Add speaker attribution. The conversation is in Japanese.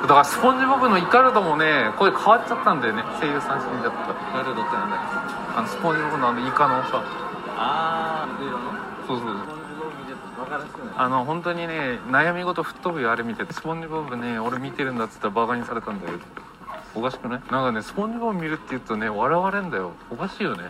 Speaker 1: だからスポンジボブのイカルドもね声変わっちゃったんだよね声優さん死んじゃった
Speaker 2: ガルドってなんだっけ
Speaker 1: あのスポンジボブのあのイカのさ
Speaker 2: あー、緑色の
Speaker 1: そうそうそう
Speaker 2: スポンジボブじゃ分からなくない
Speaker 1: あの本当にね悩み事吹っ飛ぶよあれ見ててスポンジボブね俺見てるんだっつったらバカにされたんだよおかしくないなんかねスポンジボブ見るって言うとね笑われんだよおかしいよね